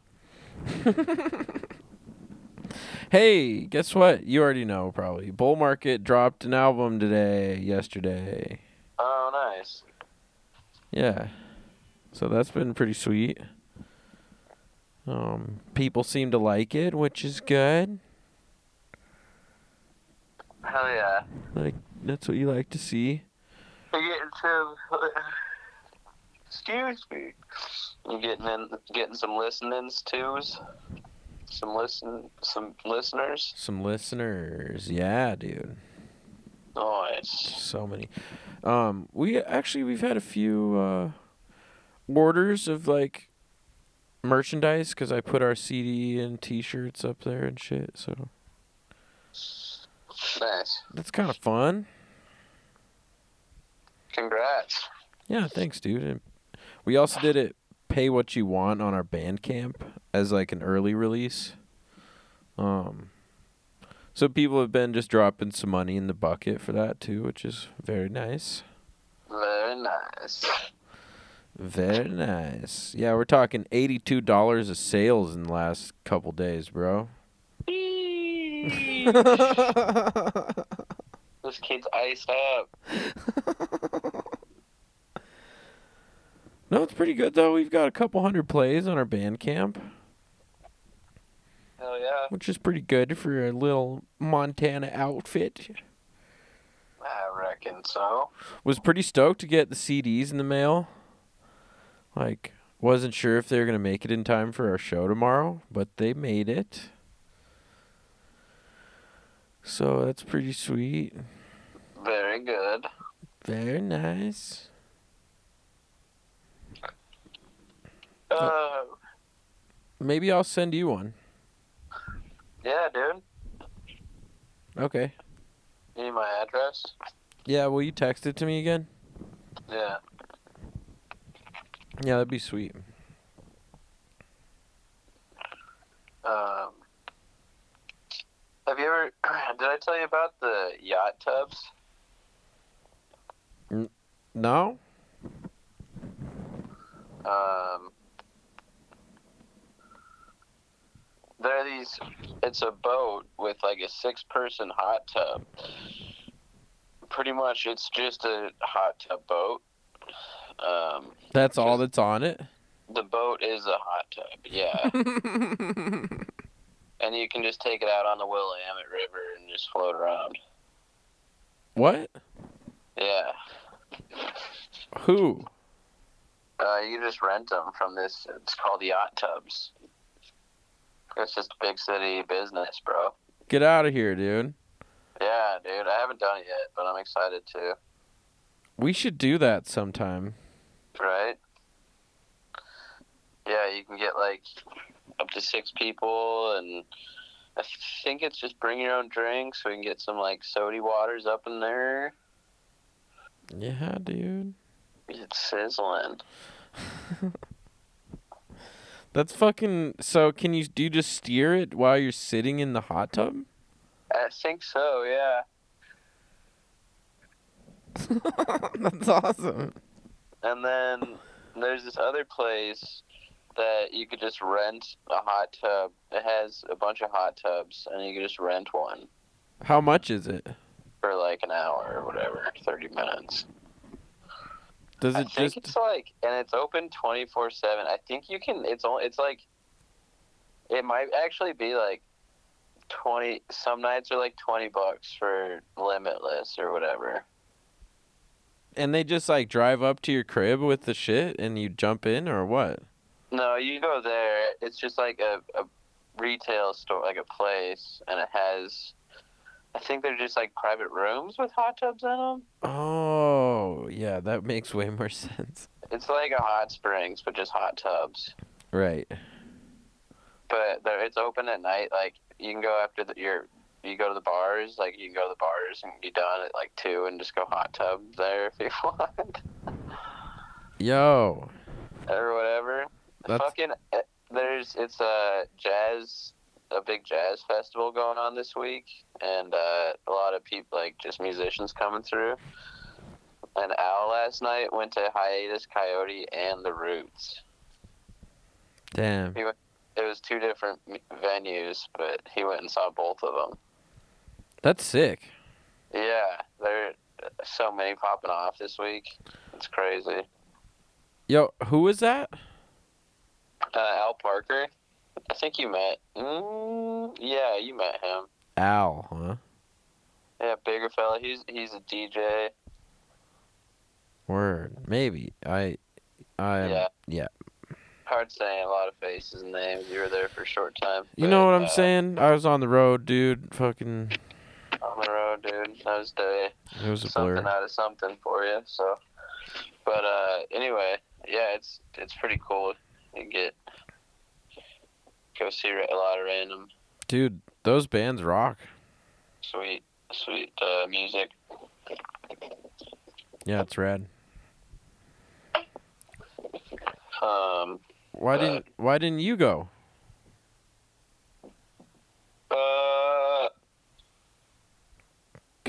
Speaker 1: Hey, guess what? You already know probably. Bull Market dropped an album today, yesterday.
Speaker 2: Oh, nice.
Speaker 1: Yeah. So that's been pretty sweet. Um, people seem to like it, which is good.
Speaker 2: Hell yeah.
Speaker 1: Like that's what you like to see.
Speaker 2: You're getting some. Excuse me. You getting in, getting some listenings twos, some listen, some listeners.
Speaker 1: Some listeners. Yeah, dude.
Speaker 2: Nice.
Speaker 1: So many. Um, we actually we've had a few uh orders of like merchandise cuz I put our CD and t-shirts up there and shit. So
Speaker 2: Nice.
Speaker 1: that's kind of fun.
Speaker 2: Congrats.
Speaker 1: Yeah, thanks, dude. And we also did it pay what you want on our Bandcamp as like an early release. Um so people have been just dropping some money in the bucket for that too, which is very nice.
Speaker 2: Very nice.
Speaker 1: Very nice. Yeah, we're talking eighty-two dollars of sales in the last couple days, bro.
Speaker 2: this kid's iced up.
Speaker 1: No, it's pretty good though. We've got a couple hundred plays on our Bandcamp,
Speaker 2: Hell yeah.
Speaker 1: which is pretty good for a little Montana outfit.
Speaker 2: I reckon so.
Speaker 1: Was pretty stoked to get the CDs in the mail. Like, wasn't sure if they were gonna make it in time for our show tomorrow, but they made it. So that's pretty sweet.
Speaker 2: Very good.
Speaker 1: Very nice.
Speaker 2: Uh,
Speaker 1: Maybe I'll send you one.
Speaker 2: yeah, dude.
Speaker 1: Okay.
Speaker 2: You need my address?
Speaker 1: Yeah, will you text it to me again?
Speaker 2: Yeah.
Speaker 1: Yeah, that'd be sweet.
Speaker 2: Um, have you ever? Did I tell you about the yacht tubs?
Speaker 1: No?
Speaker 2: Um, there are these. It's a boat with like a six-person hot tub. Pretty much, it's just a hot tub boat, Um,
Speaker 1: That's all that's on it.
Speaker 2: the boat is a hot tub, yeah. and you can just take it out on the Willamette River and just float around.
Speaker 1: What?
Speaker 2: Yeah.
Speaker 1: Who?
Speaker 2: Uh, you just rent them from this. It's called yacht tubs. It's just big city business, bro.
Speaker 1: Get out of here, dude.
Speaker 2: Yeah, dude. I haven't done it yet, but I'm excited to.
Speaker 1: We should do that sometime.
Speaker 2: Right? Yeah, you can get like up to six people, and I think it's just bring your own drinks. We can get some like sody waters up in there.
Speaker 1: Yeah, dude.
Speaker 2: It's sizzling.
Speaker 1: That's fucking. So can you do you just steer it while you're sitting in the hot tub?
Speaker 2: I think so. Yeah.
Speaker 1: that's awesome.
Speaker 2: And then there's this other place that you could just rent a hot tub. It has a bunch of hot tubs, and you could just rent one
Speaker 1: How much is it?
Speaker 2: for like an hour or whatever, 30 minutes.
Speaker 1: Does
Speaker 2: I
Speaker 1: it
Speaker 2: think
Speaker 1: just?
Speaker 2: it's like, and it's open 24 7. I think you can, it's only, it's like, it might actually be like 20, some nights are like 20 bucks for limitless or whatever.
Speaker 1: And they just like drive up to your crib with the shit, and you jump in or what?
Speaker 2: No, you go there. It's just like a, a retail store, like a place, and it has. I think they're just like private rooms with hot tubs in them.
Speaker 1: Oh, yeah, that makes way more sense.
Speaker 2: It's like a hot springs, but just hot tubs.
Speaker 1: Right.
Speaker 2: But they're- it's open at night. Like you can go after the, your. You go to the bars, like you can go to the bars and be done at like two, and just go hot tub there if you want
Speaker 1: Yo,
Speaker 2: or whatever.
Speaker 1: That's-
Speaker 2: Fucking, eh, there's it's a jazz, a big jazz festival going on this week, and uh, a lot of people like just musicians coming through. And Al last night went to Hiatus Coyote and The Roots.
Speaker 1: damn.
Speaker 2: It was two different m- venues, but he went and saw both of them.
Speaker 1: That's sick.
Speaker 2: Yeah, there are so many popping off this week. It's crazy.
Speaker 1: Yo, who was that?
Speaker 2: Uh, Al Parker, I think you met. Mm, yeah, you met him.
Speaker 1: Al, huh?
Speaker 2: Yeah, bigger fella. He's he's a DJ.
Speaker 1: Word. Maybe. I. I.
Speaker 2: yeah.
Speaker 1: Um, yeah.
Speaker 2: Hard saying a lot of faces and names. You were there for a short time.
Speaker 1: You know
Speaker 2: but,
Speaker 1: what I'm
Speaker 2: uh,
Speaker 1: saying? I was on the road, dude. Fucking.
Speaker 2: On the road, dude. That was day.
Speaker 1: It was a
Speaker 2: Something
Speaker 1: blur.
Speaker 2: out of something for you. So, but uh, anyway, yeah, it's it's pretty cool. You get go see ra- a lot of random
Speaker 1: Dude, those bands rock.
Speaker 2: sweet sweet uh, music.
Speaker 1: Yeah, it's rad.
Speaker 2: Um,
Speaker 1: Why
Speaker 2: Uh,
Speaker 1: didn't Why didn't you go?
Speaker 2: uh,
Speaker 1: 'Cause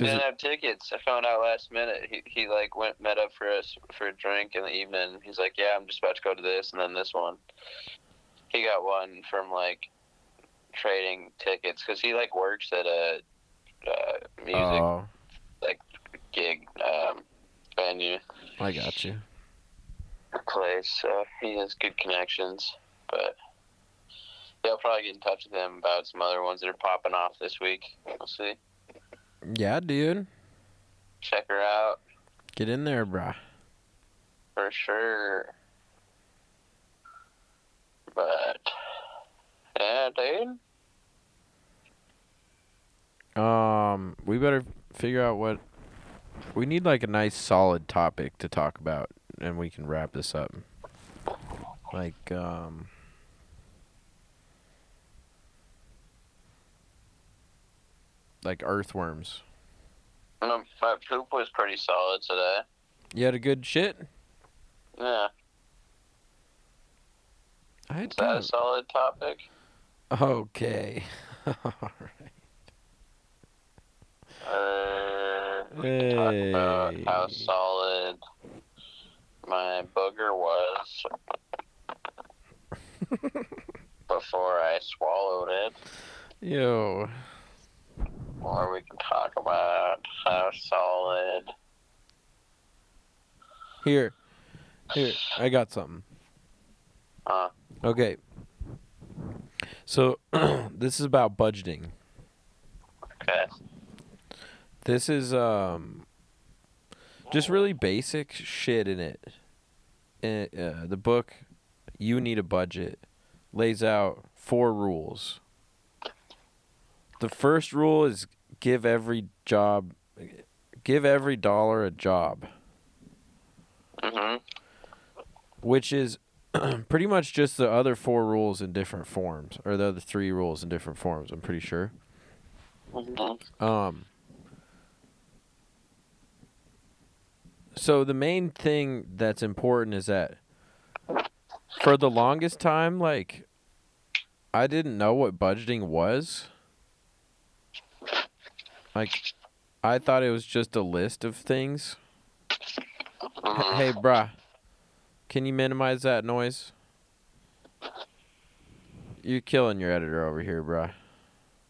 Speaker 2: didn't
Speaker 1: it-
Speaker 2: have tickets. I found out last minute. He, he like went met up for us for a drink in the evening. He's like, yeah, I'm just about to go to this and then this one. He got one from like trading tickets because he like works at a uh, music
Speaker 1: Oh,
Speaker 2: gig um, venue
Speaker 1: I got you.
Speaker 2: place, so he has good connections. But yeah, I'll probably get in touch with him about some other ones that are popping off this week. We'll see.
Speaker 1: Yeah, dude.
Speaker 2: Check her out
Speaker 1: Get in there, brah.
Speaker 2: for sure. But yeah, dude.
Speaker 1: Um, we better figure out what we need like a nice solid topic to talk about and we can wrap this up. Like um like earthworms.
Speaker 2: Um, My poop was pretty solid today.
Speaker 1: You had a good shit?
Speaker 2: Yeah,
Speaker 1: I had
Speaker 2: is that a solid topic?
Speaker 1: Okay. Alright.
Speaker 2: Uh, we can talk about
Speaker 1: Hey.
Speaker 2: how solid my booger was before I swallowed it,
Speaker 1: Yo.
Speaker 2: or we can talk about how solid.
Speaker 1: Here. Here, I got something.
Speaker 2: Uh,
Speaker 1: Okay. So this is about budgeting.
Speaker 2: okay.
Speaker 1: This is um just really basic shit in it. And, uh, the book you need a budget lays out four rules. The first rule is give every job give every dollar a job,
Speaker 2: Mhm.
Speaker 1: which is pretty much just the other four rules in different forms or the other three rules in different forms, I'm pretty sure.
Speaker 2: Mhm.
Speaker 1: Um. So the main thing that's important is that for the longest time, like I didn't know what budgeting was. Like I thought it was just a list of things.
Speaker 2: Mhm.
Speaker 1: Hey, bruh, can you minimize that noise? You're killing your editor over here, bruh.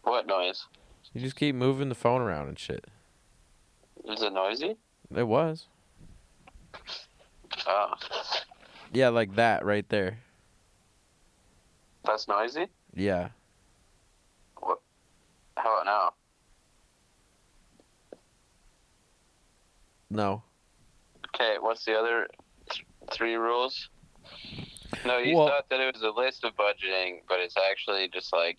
Speaker 2: What noise?
Speaker 1: You just keep moving the phone around and shit.
Speaker 2: Is it noisy?
Speaker 1: It was.
Speaker 2: Oh,
Speaker 1: Yeah, like that right there.
Speaker 2: that's noisy.
Speaker 1: Yeah.
Speaker 2: How about now?
Speaker 1: No.
Speaker 2: Okay, what's the other th- three rules? No, you
Speaker 1: Well-
Speaker 2: thought that it was a list of budgeting, but it's actually just like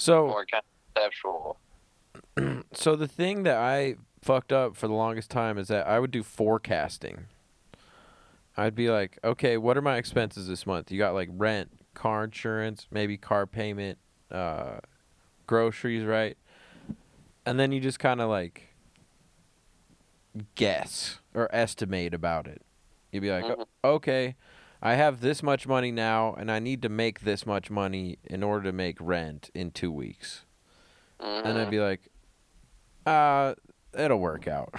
Speaker 1: So Oh.
Speaker 2: more conceptual.
Speaker 1: so the thing that I fucked up for the longest time is that I would do forecasting. I'd be like, "Okay, what are my expenses this month? You got like rent, car insurance, maybe car payment, uh groceries, right?" And then you just kind of like guess or estimate about it. You'd be like,
Speaker 2: Mhm.
Speaker 1: "Okay, I have this much money now and I need to make this much money in order to make rent in 2 weeks." and I'd
Speaker 2: Mhm.
Speaker 1: be like, uh, it'll work out.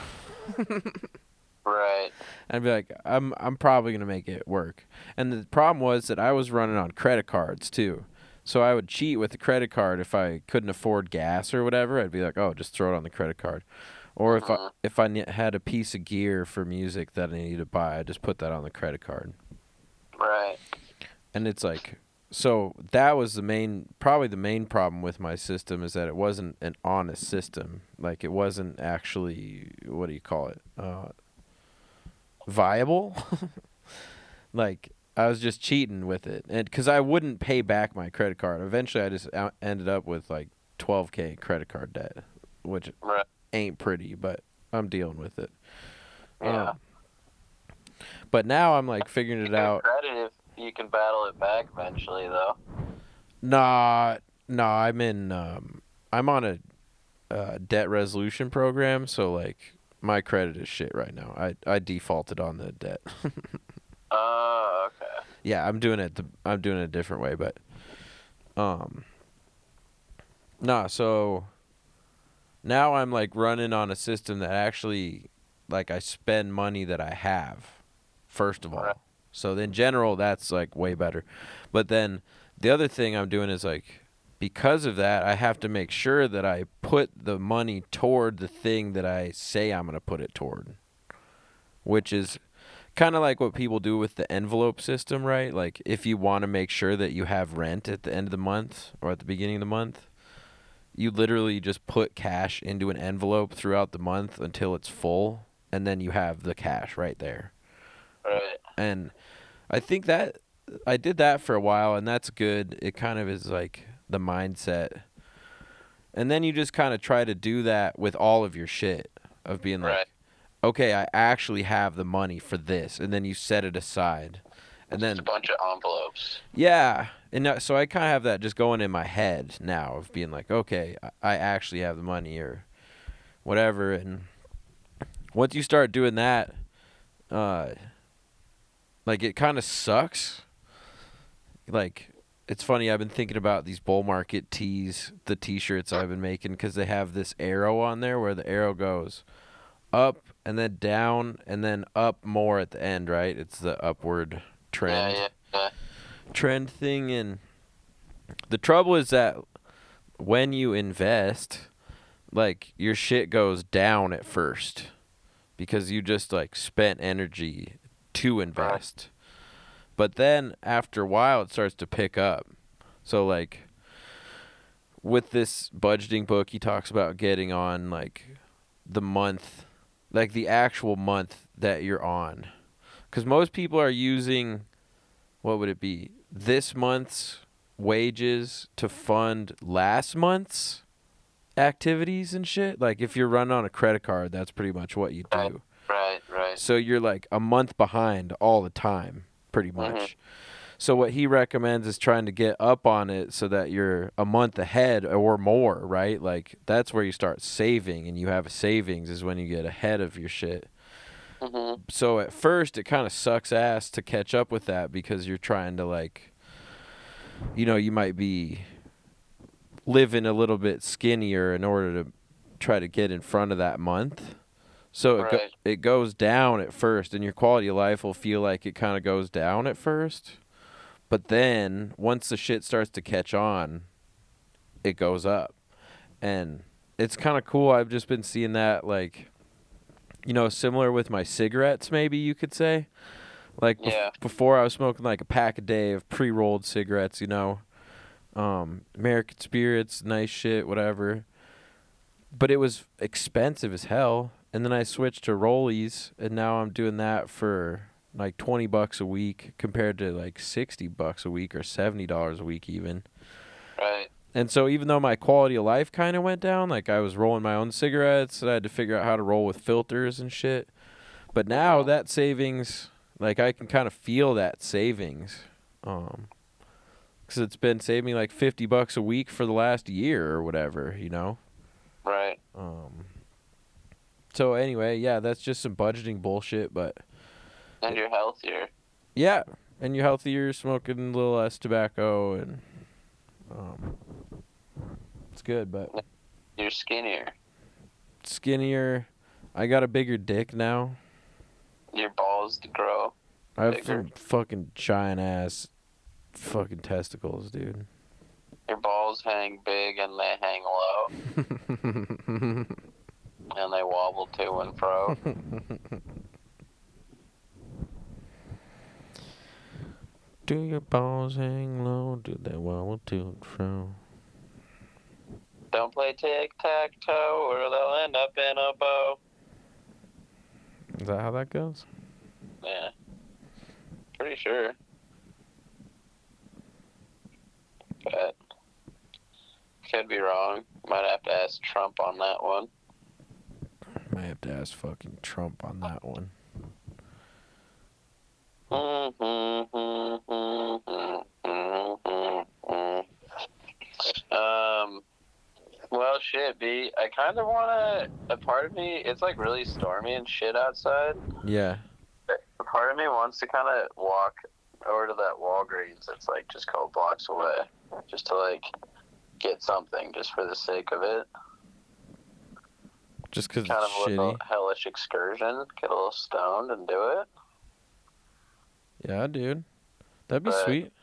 Speaker 2: Right.
Speaker 1: I'd be like, I'm I'm probably gonna make it work. And the problem was that I was running on credit cards too. So I would cheat with the credit card if I couldn't afford gas or whatever. I'd be like, oh, just throw it on the credit card. Or if I
Speaker 2: Mhm.
Speaker 1: if I ne- had a piece of gear for music that I needed to buy, I just put that on the credit card.
Speaker 2: Right.
Speaker 1: and it's like so that was the main probably the main problem with my system is that it wasn't an honest system like it wasn't actually what do you call it uh viable like i was just cheating with it and because i wouldn't pay back my credit card eventually i just out- ended up with like 12k credit card debt which
Speaker 2: Right.
Speaker 1: ain't pretty but i'm dealing with it
Speaker 2: Yeah.
Speaker 1: Um, but now i'm like figuring it
Speaker 2: Give
Speaker 1: out
Speaker 2: Credit if you can battle it back eventually, though.
Speaker 1: Nah, nah. I'm in. Um, I'm on a uh, debt resolution program, so like my credit is shit right now. I I defaulted on the debt.
Speaker 2: Oh, okay.
Speaker 1: yeah, I'm doing it. The, I'm doing it a different way, but um, nah. So now I'm like running on a system that actually, like, I spend money that I have. First of
Speaker 2: Right.
Speaker 1: all, so in general, that's like way better. But then the other thing I'm doing is like because of that, I have to make sure that I put the money toward the thing that I say I'm going to put it toward, which is kind of like what people do with the envelope system, right? Like if you want to make sure that you have rent at the end of the month or at the beginning of the month, you literally just put cash into an envelope throughout the month until it's full and then you have the cash right there
Speaker 2: Right.
Speaker 1: and I think that I did that for a while, and that's good. It kind of is like the mindset, and then you just kind of try to do that with all of your shit of being like,
Speaker 2: Right.
Speaker 1: okay, I actually have the money for this, and then you set it aside, and
Speaker 2: Just
Speaker 1: then
Speaker 2: a bunch of envelopes.
Speaker 1: yeah, and now, so I kind of have that just going in my head now of being like, okay, I- I actually have the money or whatever. And once you start doing that, uh, like it kind of sucks. Like it's funny. I've been thinking about these bull market tees, the T-shirts I've been making because they have this arrow on there where the arrow goes up and then down and then up more at the end. Right? It's the upward trend
Speaker 2: Yeah, yeah,
Speaker 1: trend thing and the trouble is that when you invest like your shit goes down at first because you just like spent energy to invest. But then after a while, it starts to pick up. So like with this budgeting book, he talks about getting on like the month, like the actual month that you're on, because most people are using what would it be this month's wages to fund last month's activities and shit. Like if you're running on a credit card, that's pretty much what you
Speaker 2: Right.
Speaker 1: do.
Speaker 2: Right, right.
Speaker 1: So you're like a month behind all the time, pretty much. So what he recommends is trying to get up on it so that you're a month ahead or more, right? Like that's where you start saving and you have a savings is when you get ahead of your shit.
Speaker 2: Mm-hmm.
Speaker 1: So at first it kind of sucks ass to catch up with that because you're trying to like you know, you might be living a little bit skinnier in order to try to get in front of that month. So it go-
Speaker 2: Right.
Speaker 1: it goes down at first and your quality of life will feel like it kind of goes down at first. But then once the shit starts to catch on, it goes up. And it's kind of cool. I've just been seeing that like you know, similar with my cigarettes maybe you could say. Like bef-
Speaker 2: Yeah.
Speaker 1: before I was smoking like a pack a day of pre-rolled cigarettes, you know. Um American Spirits, nice shit, whatever. But it was expensive as hell. And then I switched to Rollies and now I'm doing that for like 20 bucks a week compared to like 60 bucks a week or $70 a week even.
Speaker 2: Right.
Speaker 1: And so even though my quality of life kind of went down, like I was rolling my own cigarettes and I had to figure out how to roll with filters and shit. But now that savings, like I can kind of feel that savings. Um cuz it's been saving like 50 bucks a week for the last year or whatever, you know.
Speaker 2: Right.
Speaker 1: Um So anyway, yeah, that's just some budgeting bullshit, but
Speaker 2: And you're healthier.
Speaker 1: yeah, and you're healthier, smoking a little less tobacco and um it's good, but
Speaker 2: You're skinnier.
Speaker 1: skinnier. I got a bigger dick now.
Speaker 2: Your balls grow.
Speaker 1: I have
Speaker 2: Bigger.
Speaker 1: some fucking giant ass fucking testicles, dude.
Speaker 2: Your balls hang big and they hang low. And they wobble to and fro.
Speaker 1: do your balls hang low? Do they wobble to and fro?
Speaker 2: Don't play tic tac toe or they'll end up in a bow.
Speaker 1: Is that how that goes?
Speaker 2: Yeah. Pretty sure. But could be wrong. Might have to ask Trump on that one.
Speaker 1: Might have to ask fucking Trump on that one.
Speaker 2: Um, well, shit, B. I kind of want to. A part of me, it's like really stormy and shit outside.
Speaker 1: Yeah.
Speaker 2: A part of me wants to kind of walk over to that Walgreens that's like just a couple blocks away, just to like get something, just for the sake of it.
Speaker 1: Just 'cause
Speaker 2: Kind of
Speaker 1: it's
Speaker 2: a
Speaker 1: shitty.
Speaker 2: little hellish excursion, get a little stoned and do it.
Speaker 1: Yeah, dude. That'd be
Speaker 2: But-
Speaker 1: sweet.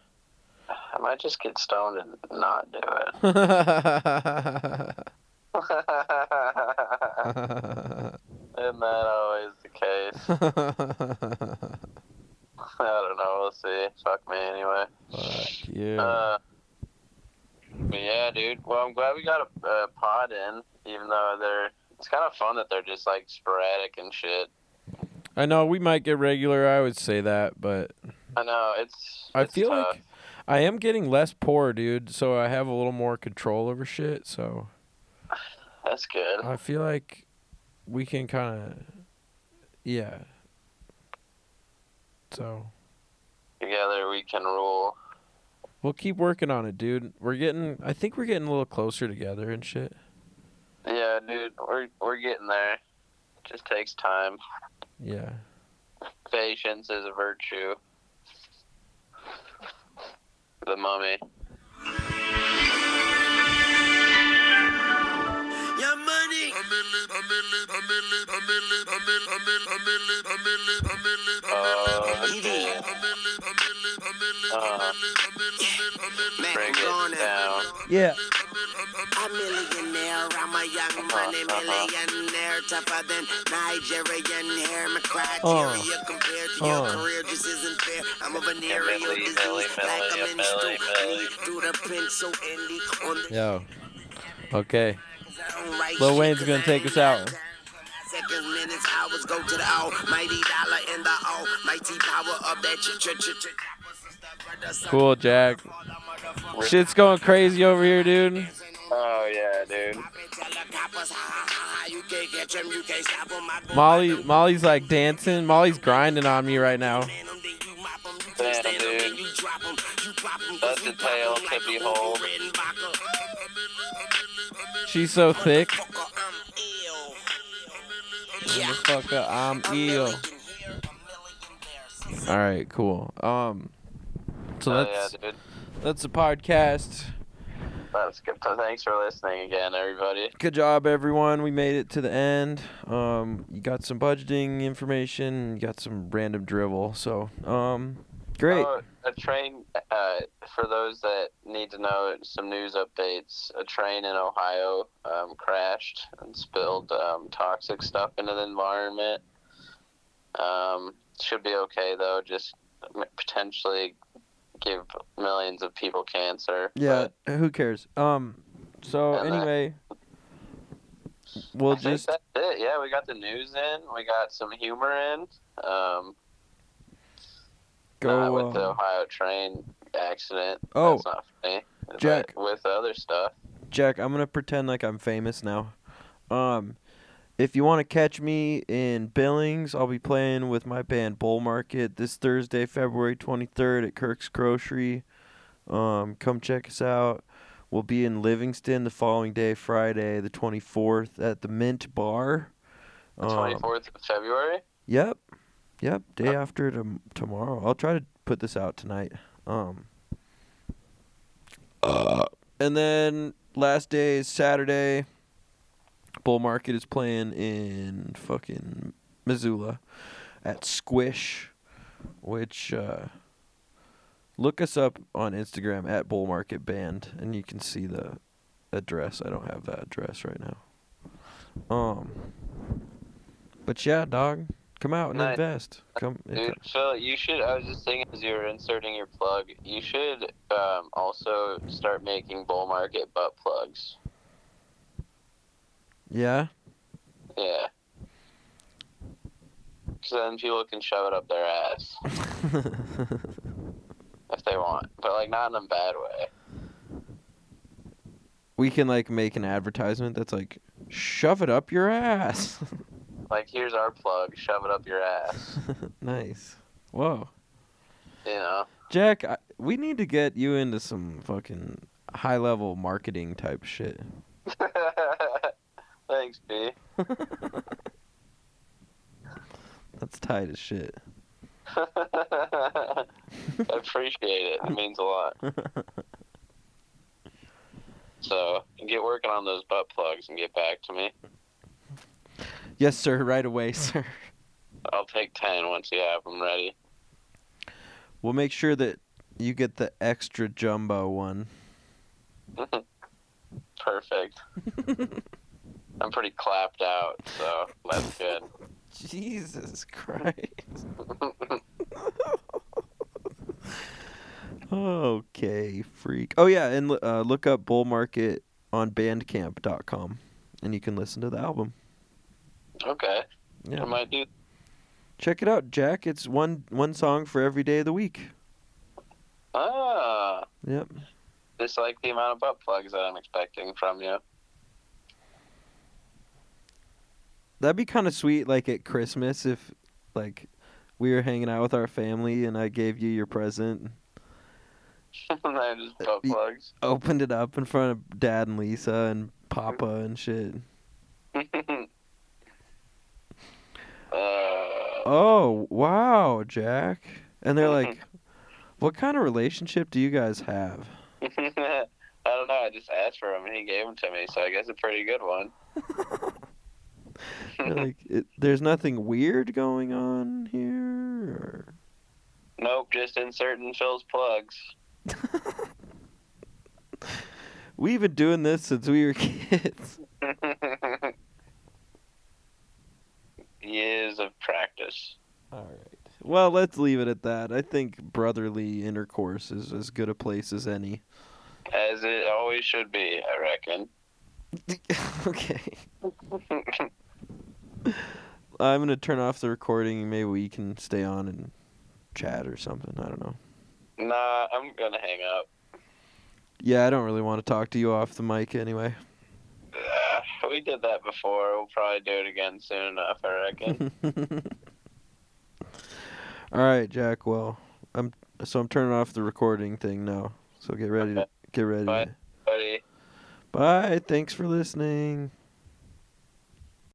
Speaker 2: I might just get stoned and not do it. Isn't that always the case?
Speaker 1: Fuck
Speaker 2: I don't know. We'll see. Fuck me anyway.
Speaker 1: you.
Speaker 2: Uh, but yeah, dude. Well, I'm glad we got a, a pod in, even though they're. It's kind of fun that they're just like sporadic and shit.
Speaker 1: I know we might get regular. I would say that, but
Speaker 2: I know it's.
Speaker 1: I
Speaker 2: it's
Speaker 1: feel
Speaker 2: tough.
Speaker 1: like I am getting less poor, dude. So I have a little more control over shit. So
Speaker 2: that's good.
Speaker 1: I feel like we can kind of, yeah. So
Speaker 2: Together we can rule.
Speaker 1: we'll keep working on it, dude. We're getting. I think we're getting a little closer together and shit.
Speaker 2: Yeah, dude. We're we're getting there. Just takes time.
Speaker 1: Yeah.
Speaker 2: Patience is a virtue. The mummy.
Speaker 3: your money. A milli- a milli- a milli- a milli- a mill- a mill- a milli- a milli- a milli- a milli- a
Speaker 2: Oh,
Speaker 3: milli-
Speaker 2: yeah.
Speaker 3: a milli- a milli- a milli- a
Speaker 2: Uh,
Speaker 3: milli- a mill- a mill- a milli-
Speaker 4: Mac
Speaker 2: Break
Speaker 4: Warner.
Speaker 2: it down.
Speaker 1: Yeah.
Speaker 3: a mill- a mill- a mill-
Speaker 4: A millionaire, I'm a young money
Speaker 2: Uh-huh, uh-huh.
Speaker 4: millionaire tougher than Nigerian hair. My criteria compared to your career just isn't fair. I'm a venereal
Speaker 2: Millie,
Speaker 4: disease
Speaker 2: Millie,
Speaker 4: like a
Speaker 2: Millie,
Speaker 4: menstrual.
Speaker 2: Millie, Millie.
Speaker 4: Leak through the pencil and leak on the
Speaker 1: Yo. Okay. Lil
Speaker 4: Lil
Speaker 1: Wayne's gonna take us out.
Speaker 4: Seconds, minutes, hours go to the almighty dollar and the almighty power of that ch ch ch ch.
Speaker 1: Cool, Jack. Shit's going crazy over here, dude.
Speaker 2: Oh yeah, dude.
Speaker 1: Molly, Molly's like dancing. Molly's grinding on me right now.
Speaker 2: Damn, dude. That's the tail, tippy hole.
Speaker 1: She's so thick.
Speaker 4: Yeah.
Speaker 1: Motherfucker, I'm ill. All right, cool. Um, so
Speaker 2: Oh,
Speaker 1: that's
Speaker 2: yeah, dude.
Speaker 1: that's the podcast.
Speaker 2: That's good. So Thanks for listening again, everybody.
Speaker 1: Good job, everyone. We made it to the end. Um, you got some budgeting information. You got some random drivel. So, um, great.
Speaker 2: Oh, a train, uh, for those that need to know some news updates, a train in Ohio um, crashed and spilled um, toxic stuff into the environment. Um, should be okay, though, just m- potentially give millions of people cancer.
Speaker 1: yeah. Who cares? Um. So
Speaker 2: And that-
Speaker 1: anyway,
Speaker 2: But I
Speaker 1: we'll
Speaker 2: think
Speaker 1: just
Speaker 2: that's it. Yeah, we got the news in, we got some humor in. Um,
Speaker 1: go.
Speaker 2: Not with the
Speaker 1: uh,
Speaker 2: Ohio train accident.
Speaker 1: Oh.
Speaker 2: That's not funny. But
Speaker 1: Jack.
Speaker 2: With other stuff.
Speaker 1: Jack, I'm gonna pretend like I'm famous now. Um, if you want to catch me in Billings, I'll be playing with my band Bull Market this Thursday, February 23rd at Kirk's Grocery. Um, come check us out. We'll be in Livingston the following day, Friday the 24th, at the Mint Bar.
Speaker 2: The
Speaker 1: Um,
Speaker 2: 24th of February?
Speaker 1: Yep, yep. Day after tom- tomorrow. I'll try to put this out tonight. Um. Uh, and then last day is Saturday. Bull Market is playing in fucking Missoula at Squish, which uh, look us up on Instagram at Bull Market Band, and you can see the address. I don't have that address right now. Um, but yeah, dog, come out and
Speaker 2: Nice.
Speaker 1: invest. Come,
Speaker 2: Dude, Phil, you should. I was just thinking as you were inserting your plug, you should um, also start making bull market butt plugs.
Speaker 1: yeah.
Speaker 2: Yeah. So then people can shove it up their ass if they want, but like not in a bad way.
Speaker 1: we can like make an advertisement that's like, shove it up your ass.
Speaker 2: Like here's our plug, shove it up your ass.
Speaker 1: nice. Whoa.
Speaker 2: You know.
Speaker 1: Jack, I, we need to get you into some fucking high level marketing type shit.
Speaker 2: Thanks, B.
Speaker 1: That's tight as shit.
Speaker 2: I appreciate it. It means a lot. So get working on those butt plugs and get back to me.
Speaker 1: yes, sir, right away, sir.
Speaker 2: I'll take ten once you have them ready.
Speaker 1: We'll make sure that you get the extra jumbo one.
Speaker 2: Perfect. I'm pretty clapped out, so that's good.
Speaker 1: Jesus Christ. okay, freak. Oh, yeah, and l- uh, look up Bull Market on bandcamp.com and you can listen to the album.
Speaker 2: Okay,
Speaker 1: Yeah.
Speaker 2: I might do.
Speaker 1: Check it out, Jack. It's one one song for every day of the week.
Speaker 2: Ah,
Speaker 1: Yep.
Speaker 2: just like the amount of butt plugs that I'm expecting from you.
Speaker 1: That'd be kind of sweet, like at Christmas, if like we were hanging out with our family and I gave you your present,
Speaker 2: I just butt
Speaker 1: Y-
Speaker 2: plugs.
Speaker 1: opened it up in front of Dad and Lisa and Papa and shit.
Speaker 2: uh,
Speaker 1: Oh wow, Jack! And they're like, "What kind of relationship do you guys have?"
Speaker 2: I don't know. I just asked for him, and he gave them to me. So I guess a pretty good one.
Speaker 1: They're like, it, "There's nothing weird going on here."
Speaker 2: Nope, just inserting Phil's plugs.
Speaker 1: We've been doing this since we were kids.
Speaker 2: years of practice.
Speaker 1: All right. Well, let's leave it at that. I think brotherly intercourse is as good a place as any.
Speaker 2: As it always should be, I reckon.
Speaker 1: okay. I'm gonna turn off the recording. Maybe we can stay on and chat or something. I don't know.
Speaker 2: Nah, I'm gonna hang up.
Speaker 1: Yeah, I don't really want to talk to you off the mic anyway.
Speaker 2: Ah, we did that before. We'll probably do it again soon enough, I reckon.
Speaker 1: All right, Jack. Well, I'm so I'm turning off the recording thing now. So get ready to get ready.
Speaker 2: Bye.
Speaker 1: to-
Speaker 2: Buddy.
Speaker 1: Bye. Thanks for listening.